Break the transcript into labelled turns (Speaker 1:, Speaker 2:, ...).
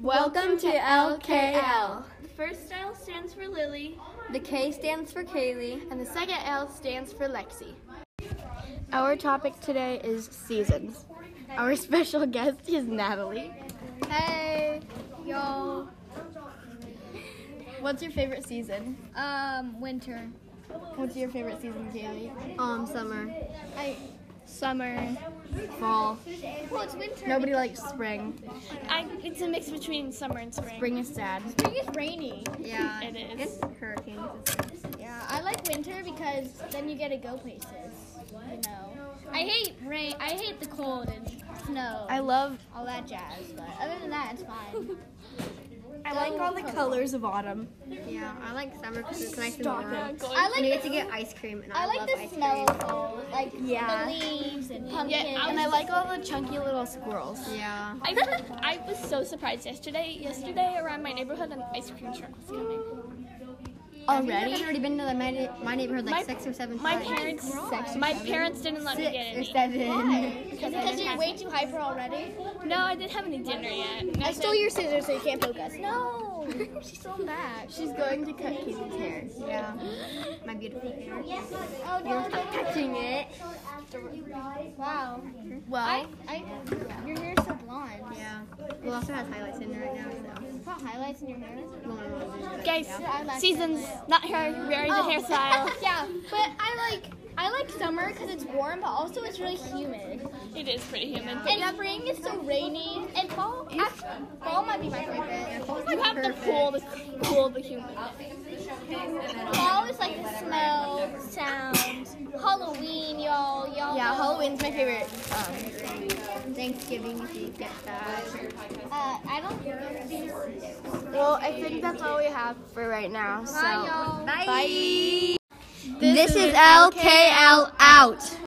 Speaker 1: Welcome to LKL.
Speaker 2: The first L stands for Lily.
Speaker 1: The K stands for Kaylee.
Speaker 2: And the second L stands for Lexi.
Speaker 3: Our topic today is seasons. Our special guest is Natalie.
Speaker 4: Hey, y'all.
Speaker 3: What's your favorite season?
Speaker 4: Um, winter.
Speaker 3: What's your favorite season, Kaylee?
Speaker 1: Um, summer.
Speaker 4: I,
Speaker 3: Summer.
Speaker 1: Fall.
Speaker 4: well, it's winter.
Speaker 3: Nobody likes spring.
Speaker 2: I, it's a mix between summer and spring.
Speaker 3: Spring is sad.
Speaker 4: Spring is rainy.
Speaker 1: Yeah.
Speaker 2: It is.
Speaker 1: It's hurricanes.
Speaker 4: Yeah, I like winter because then you get to go places. You know. I hate rain. I hate the cold and snow.
Speaker 3: I love
Speaker 4: all that jazz. But other than that, it's fine.
Speaker 3: I like all the colors of autumn.
Speaker 1: Yeah, I like summer because it's nice and warm. And
Speaker 4: I
Speaker 1: you
Speaker 4: like
Speaker 1: get to
Speaker 4: the,
Speaker 1: get ice cream, and I,
Speaker 4: I
Speaker 1: love
Speaker 4: like the
Speaker 1: ice
Speaker 4: smell
Speaker 1: cream.
Speaker 4: of fall, like
Speaker 3: Yeah.
Speaker 4: the leaves and pumpkins.
Speaker 2: I
Speaker 3: And I
Speaker 2: was
Speaker 3: like all the chunky little squirrels.
Speaker 1: Yeah.
Speaker 2: I, I was so surprised yesterday. Yesterday around my neighborhood, an ice cream truck was coming.
Speaker 1: I have
Speaker 3: Already?
Speaker 1: already been to the, my, my neighborhood like
Speaker 2: My-
Speaker 1: six or seven
Speaker 2: My
Speaker 1: times.
Speaker 2: parents, my parents didn't let me
Speaker 1: Six
Speaker 2: get
Speaker 1: or
Speaker 2: any.
Speaker 1: seven.
Speaker 2: Because I
Speaker 4: because
Speaker 2: didn't
Speaker 4: you're
Speaker 2: have-
Speaker 4: way too hyper already.
Speaker 2: no, I didn't have any dinner yet. And I said-
Speaker 4: your scissors so you can't poke us. No, she stole them back.
Speaker 3: She's going to cut Casey's hair.
Speaker 1: Yeah. My beautiful hair.
Speaker 4: Oh no, no, no.
Speaker 1: Touching it.
Speaker 4: Wow.
Speaker 3: Well,
Speaker 4: I, I, your hair is so blonde.
Speaker 1: Yeah. Well, also has highlights in it right now, so.
Speaker 4: You put highlights in your hair.
Speaker 1: Well, I don't know.
Speaker 2: Guys,
Speaker 4: Eyelash
Speaker 2: seasons,
Speaker 4: highlight.
Speaker 2: not hair, very the
Speaker 4: Oh.
Speaker 2: hairstyle.
Speaker 4: yeah, but I like I like summer because it's warm, but also it's really humid.
Speaker 2: It is pretty humid.
Speaker 4: And spring is so rainy, and fall actually, fall might be my favorite.
Speaker 2: You have to cool the cool the humid.
Speaker 4: Fall is like the smell, sound, Halloween, y'all, y'all.
Speaker 3: yeah,
Speaker 4: know.
Speaker 3: Halloween's my favorite. Um,
Speaker 1: Thanksgiving, if you get that.
Speaker 4: Uh, I don't.
Speaker 3: well, I think that's all we have for right now. So.
Speaker 4: Bye, y'all.
Speaker 3: Bye.
Speaker 1: This is LKL out.